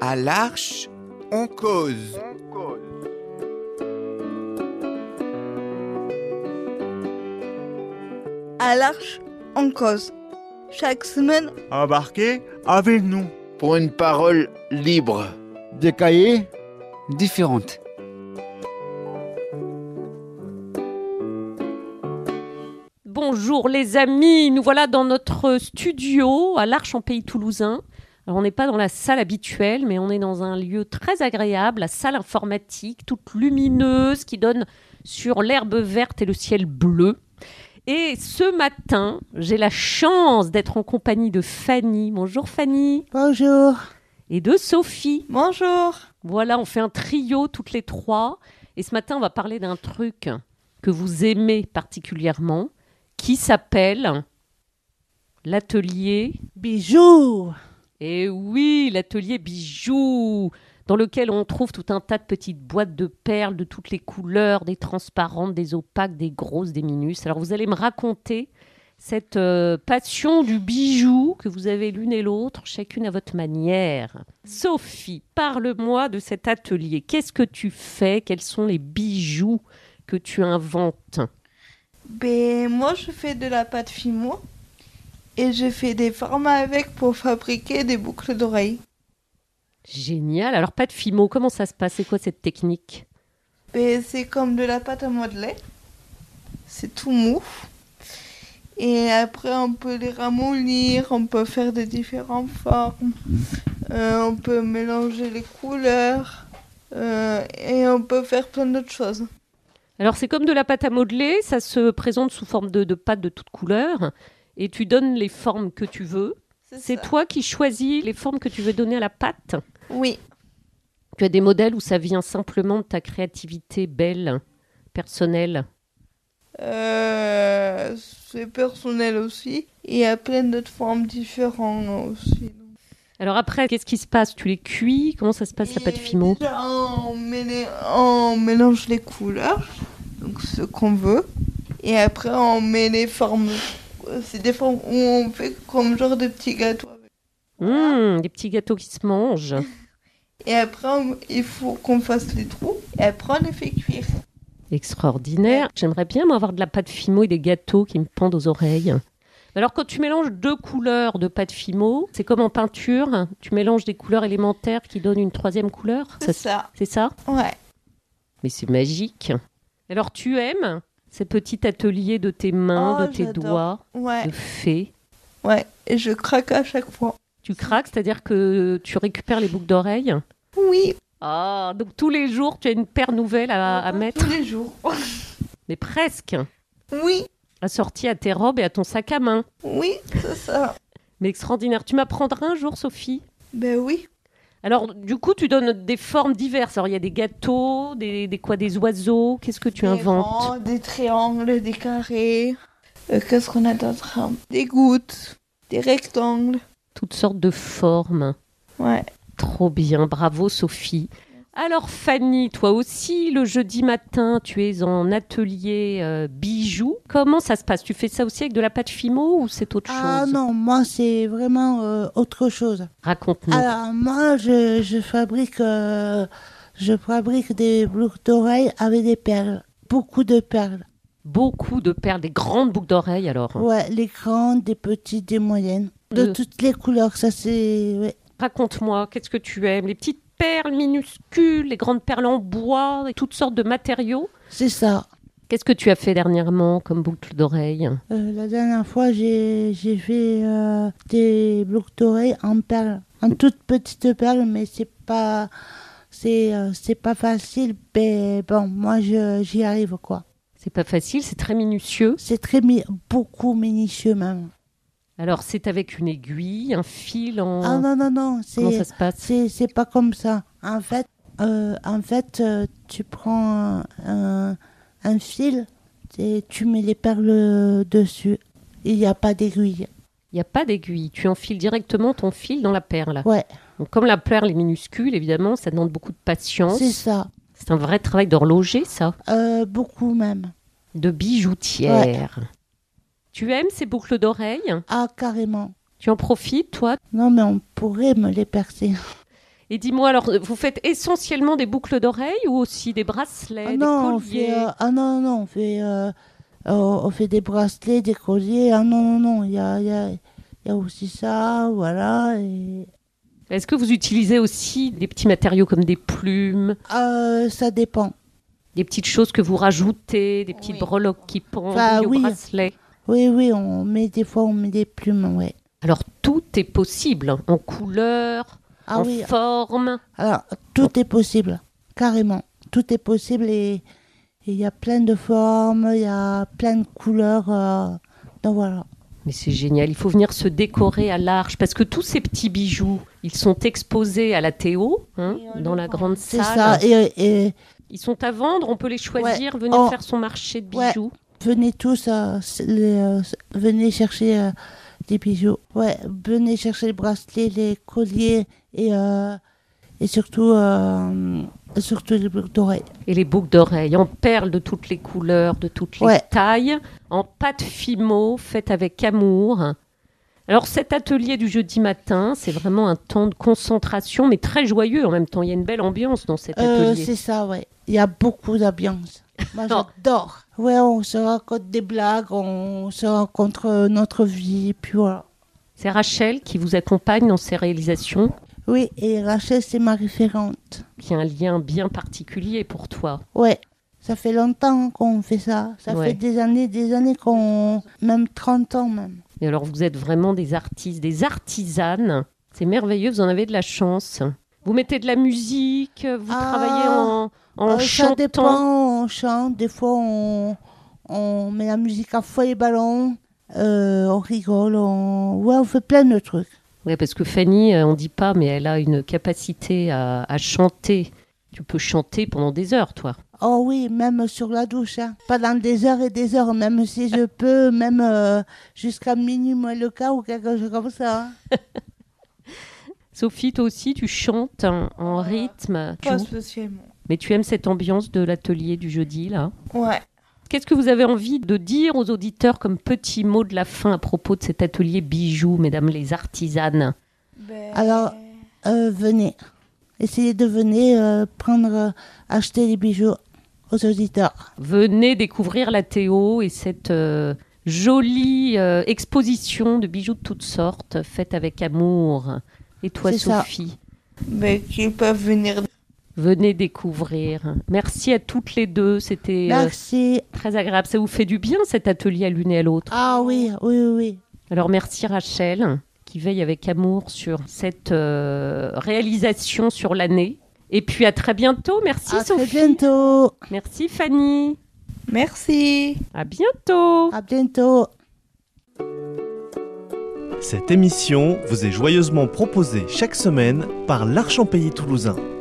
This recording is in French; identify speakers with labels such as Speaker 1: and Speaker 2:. Speaker 1: À l'arche, on cause.
Speaker 2: À l'arche, on cause. Chaque semaine,
Speaker 3: Embarquez avec nous.
Speaker 4: pour une parole libre.
Speaker 5: Des cahiers
Speaker 6: différentes.
Speaker 7: Bonjour les amis, nous voilà dans notre studio à l'Arche en Pays Toulousain. Alors on n'est pas dans la salle habituelle, mais on est dans un lieu très agréable, la salle informatique, toute lumineuse, qui donne sur l'herbe verte et le ciel bleu. Et ce matin, j'ai la chance d'être en compagnie de Fanny. Bonjour Fanny.
Speaker 2: bonjour.
Speaker 7: Et de Sophie.
Speaker 2: Bonjour.
Speaker 7: Voilà, on fait un trio toutes les trois. Et ce matin, on va parler d'un truc que vous aimez particulièrement, qui s'appelle l'atelier.
Speaker 2: Bijoux.
Speaker 7: Et Eh oui, l'atelier bijoux, dans lequel on trouve tout un tas de petites boîtes de perles de toutes les couleurs, des transparentes, des opaques, des grosses, des minus. Alors vous allez me raconter cette euh, passion du bijou que vous avez l'une et l'autre, chacune à votre manière. Sophie, parle-moi de cet atelier. Qu'est-ce que tu fais Quels sont les bijoux que tu inventes
Speaker 2: Ben, moi, je fais de la pâte fimo et je fais des formats avec pour fabriquer des boucles d'oreilles.
Speaker 7: Génial. Alors pas de fimo, comment ça se passe C'est quoi cette technique
Speaker 2: Ben, c'est comme de la pâte à modeler. C'est tout mou. Et après, on peut les ramollir, on peut faire de différentes formes, euh, on peut mélanger les couleurs euh, et on peut faire plein d'autres choses.
Speaker 7: Alors c'est comme de la pâte à modeler, ça se présente sous forme de, de pâte de toutes couleurs et tu donnes les formes que tu veux. C'est
Speaker 2: ça.
Speaker 7: toi qui choisis les formes que tu veux donner à la pâte.
Speaker 2: Oui,
Speaker 7: Tu as des modèles où ça vient simplement de ta créativité belle, personnelle.
Speaker 2: Euh, c'est personnel aussi. Et il y a plein d'autres formes différentes aussi.
Speaker 7: Alors après, qu'est-ce qui se passe Tu les cuis Comment ça se passe la pâte
Speaker 2: Et
Speaker 7: fimo
Speaker 2: déjà, on, mêle- on mélange les couleurs, donc ce qu'on veut. Et après, on met les formes. C'est des formes où on fait comme genre de petits gâteaux.
Speaker 7: Mmh, Des petits gâteaux qui se mangent.
Speaker 2: Et après, on- il faut qu'on fasse les trous. Et après, on les fait cuire.
Speaker 7: Extraordinaire. J'aimerais bien moi, avoir de la pâte fimo et des gâteaux qui me pendent aux oreilles. Alors quand tu mélanges deux couleurs de pâte fimo, c'est comme en peinture, tu mélanges des couleurs élémentaires qui donnent une troisième couleur.
Speaker 2: C'est
Speaker 7: Ça,
Speaker 2: ça.
Speaker 7: C'est ça
Speaker 2: Ouais.
Speaker 7: Mais c'est magique. Alors tu aimes ces petits ateliers de tes mains,
Speaker 2: Oh,
Speaker 7: de tes
Speaker 2: j'adore.
Speaker 7: doigts,
Speaker 2: Ouais.
Speaker 7: de fées.
Speaker 2: Ouais. Et je craque à chaque fois.
Speaker 7: Tu craques, c'est-à-dire que tu récupères les boucles d'oreilles.
Speaker 2: Oui.
Speaker 7: Ah, donc tous les jours, tu as une paire nouvelle à,
Speaker 2: Ah,
Speaker 7: à mettre,
Speaker 2: Tous les jours.
Speaker 7: mais presque,
Speaker 2: Oui.
Speaker 7: assortie à tes robes et à ton sac à main.
Speaker 2: Oui. C'est ça.
Speaker 7: Mais extraordinaire. Tu m'apprendras un jour, Sophie
Speaker 2: Ben oui.
Speaker 7: alors, du coup, tu donnes des formes diverses. Alors, il y a des gâteaux, des, des quoi, des oiseaux. Qu'est-ce que tu
Speaker 2: Des
Speaker 7: inventes
Speaker 2: rangs, Des triangles, des carrés. Euh, Qu'est-ce qu'on a d'autre hein Des gouttes, des rectangles.
Speaker 7: Toutes sortes de formes.
Speaker 2: Ouais.
Speaker 7: Trop bien, bravo Sophie. Alors Fanny, toi aussi, le jeudi matin, tu es en atelier euh, bijoux. Comment ça se passe Tu fais ça aussi avec de la pâte fimo ou c'est autre
Speaker 8: Ah
Speaker 7: chose
Speaker 8: non, moi c'est vraiment euh, autre chose.
Speaker 7: Raconte-nous.
Speaker 8: Alors moi je, je fabrique euh, je fabrique des boucles d'oreilles avec des perles, beaucoup de perles.
Speaker 7: Beaucoup de perles, des grandes boucles d'oreilles alors.
Speaker 8: Ouais, les grandes, des petites, des moyennes, de
Speaker 7: Euh.
Speaker 8: toutes les couleurs. Ça c'est ouais.
Speaker 7: Raconte-moi, qu'est-ce que tu aimes Les petites perles minuscules, les grandes perles en bois, et toutes sortes de matériaux.
Speaker 8: c'est ça.
Speaker 7: Qu'est-ce que tu as fait dernièrement comme boucle d'oreille
Speaker 8: Euh, la dernière fois j'ai j'ai fait euh, des boucles d'oreilles en perles, en toutes petites perles, mais c'est pas c'est euh, c'est pas facile. Mais bon, moi je- j'y arrive quoi.
Speaker 7: C'est pas facile, c'est très minutieux.
Speaker 8: C'est très mi- beaucoup minutieux même.
Speaker 7: Alors c'est avec une aiguille, un fil en...
Speaker 8: Ah non non non,
Speaker 7: Comment ça
Speaker 8: c'est
Speaker 7: se passe
Speaker 8: c'est c'est pas comme ça. En fait, euh, en fait, euh, tu prends un, un fil et tu mets les perles dessus. Il n'y a pas d'aiguille.
Speaker 7: Il n'y a pas d'aiguille. Tu enfiles directement ton fil dans la perle.
Speaker 8: Ouais,
Speaker 7: Donc, comme la perle est minuscule, évidemment, ça demande beaucoup de patience.
Speaker 8: c'est ça.
Speaker 7: C'est un vrai travail d'horloger, ça.
Speaker 8: Euh, beaucoup même.
Speaker 7: De bijoutière. Tu aimes ces boucles d'oreilles
Speaker 8: Ah carrément.
Speaker 7: Tu en profites, toi
Speaker 8: Non mais on pourrait me les percer.
Speaker 7: Et dis-moi, alors, euh, vous faites essentiellement des boucles d'oreilles ou aussi des bracelets,
Speaker 8: Ah
Speaker 7: Eh, des
Speaker 8: non, on
Speaker 7: colliers
Speaker 8: fait, euh, ah non, non, non, on fait, euh, euh, on fait des bracelets, des colliers. Ah non, non, non, il y a, il y, a, il y a aussi ça, voilà. Et,
Speaker 7: Est-ce que vous utilisez aussi des petits matériaux comme des plumes,
Speaker 8: Euh, ça dépend.
Speaker 7: des petites choses que vous rajoutez, des petites
Speaker 2: Oui.
Speaker 7: breloques qui pendent,
Speaker 8: Enfin,
Speaker 7: des
Speaker 8: oui.
Speaker 7: bracelets
Speaker 8: Oui, oui, on met des fois, on met des plumes, ouais.
Speaker 7: Alors, tout est possible, hein, en couleur,
Speaker 8: Ah
Speaker 7: en
Speaker 8: oui,
Speaker 7: forme.
Speaker 8: alors tout est possible, carrément. Tout est possible et et il y a plein de formes, il y a plein de couleurs. euh, donc voilà.
Speaker 7: Mais c'est génial, il faut venir se décorer à l'arche, parce que tous ces petits bijoux, ils sont exposés à la Théo, hein,
Speaker 8: Et on
Speaker 7: dans
Speaker 8: les
Speaker 7: la
Speaker 8: vend.
Speaker 7: grande
Speaker 8: C'est
Speaker 7: salle.
Speaker 8: ça. Et, et
Speaker 7: Ils sont à vendre, on peut les choisir, venir
Speaker 8: Oh.
Speaker 7: faire son marché de
Speaker 8: Ouais.
Speaker 7: bijoux.
Speaker 8: venez tous, euh, c- les, euh, c- venez chercher euh, des bijoux. Ouais, venez chercher les bracelets, les colliers et, euh, et surtout, euh, surtout les boucles d'oreilles.
Speaker 7: Et les boucles d'oreilles en perles de toutes les couleurs, de toutes les
Speaker 8: Ouais.
Speaker 7: tailles, en pâte fimo, faite avec amour. Alors cet atelier du jeudi matin, c'est vraiment un temps de concentration, mais très joyeux en même temps. Il y a une belle ambiance dans cet
Speaker 8: Euh,
Speaker 7: atelier.
Speaker 8: c'est ça, ouais. Il y a beaucoup d'ambiance. Moi, j'adore. Ouais, on se raconte des blagues, on se raconte euh, notre vie, puis voilà.
Speaker 7: c'est Rachel qui vous accompagne dans ces réalisations,
Speaker 8: Oui, et Rachel, c'est ma référente.
Speaker 7: qui a un lien bien particulier pour toi.
Speaker 8: Ouais. Ça fait longtemps qu'on fait ça. Ça
Speaker 7: Ouais.
Speaker 8: fait des années, des années qu'on. Même 30 ans, même.
Speaker 7: Et alors vous êtes vraiment des artistes, des artisanes. C'est merveilleux, vous en avez de la chance. Vous mettez de la musique, vous
Speaker 8: Ah.
Speaker 7: travaillez en, en
Speaker 8: Euh,
Speaker 7: chantant.
Speaker 8: Ça dépend, on chante. Des fois, on, on met la musique à fond et ballon. Euh, on rigole, on. Ouais, on fait plein de trucs.
Speaker 7: Oui, parce que Fanny, euh, on dit pas, mais elle a une capacité à, à chanter. Tu peux chanter pendant des heures, toi.
Speaker 8: Oh oui, même sur la douche, hein. pendant des heures et des heures, même si je peux, même euh, jusqu'à minuit, moi, le cas ou quelque chose comme ça. hein.
Speaker 7: Sophie, toi aussi, tu chantes en,
Speaker 8: Euh,
Speaker 7: en rythme. Tu-
Speaker 2: Pas spécialement.
Speaker 7: mais tu aimes cette ambiance de l'atelier du jeudi, là.
Speaker 2: Ouais.
Speaker 7: Qu'est-ce que vous avez envie de dire aux auditeurs comme petit mot de la fin à propos de cet atelier bijoux, mesdames les artisanes
Speaker 2: Ben,
Speaker 8: Alors- Euh, venez, essayez de venir euh, prendre, euh, acheter des bijoux aux auditeurs.
Speaker 7: Venez découvrir la Théo et cette euh, jolie euh, exposition de bijoux de toutes sortes, faite avec amour. Et toi,
Speaker 8: C'est ça.
Speaker 7: Sophie
Speaker 2: ben, qu'ils peuvent venir.
Speaker 7: Venez découvrir. Merci à toutes les deux. C'était euh,
Speaker 8: Merci.
Speaker 7: très agréable. Ça vous fait du bien cet atelier à l'une et à l'autre.
Speaker 8: Ah oui, oui, oui, oui.
Speaker 7: Alors merci Rachel qui veille avec amour sur cette euh, réalisation sur l'année. Et puis à très bientôt. Merci
Speaker 8: à très
Speaker 7: Sophie.
Speaker 8: bientôt.
Speaker 7: Merci Fanny.
Speaker 2: Merci.
Speaker 7: À bientôt.
Speaker 8: À bientôt.
Speaker 5: Cette émission vous est joyeusement proposée chaque semaine par l'Archempélie toulousain.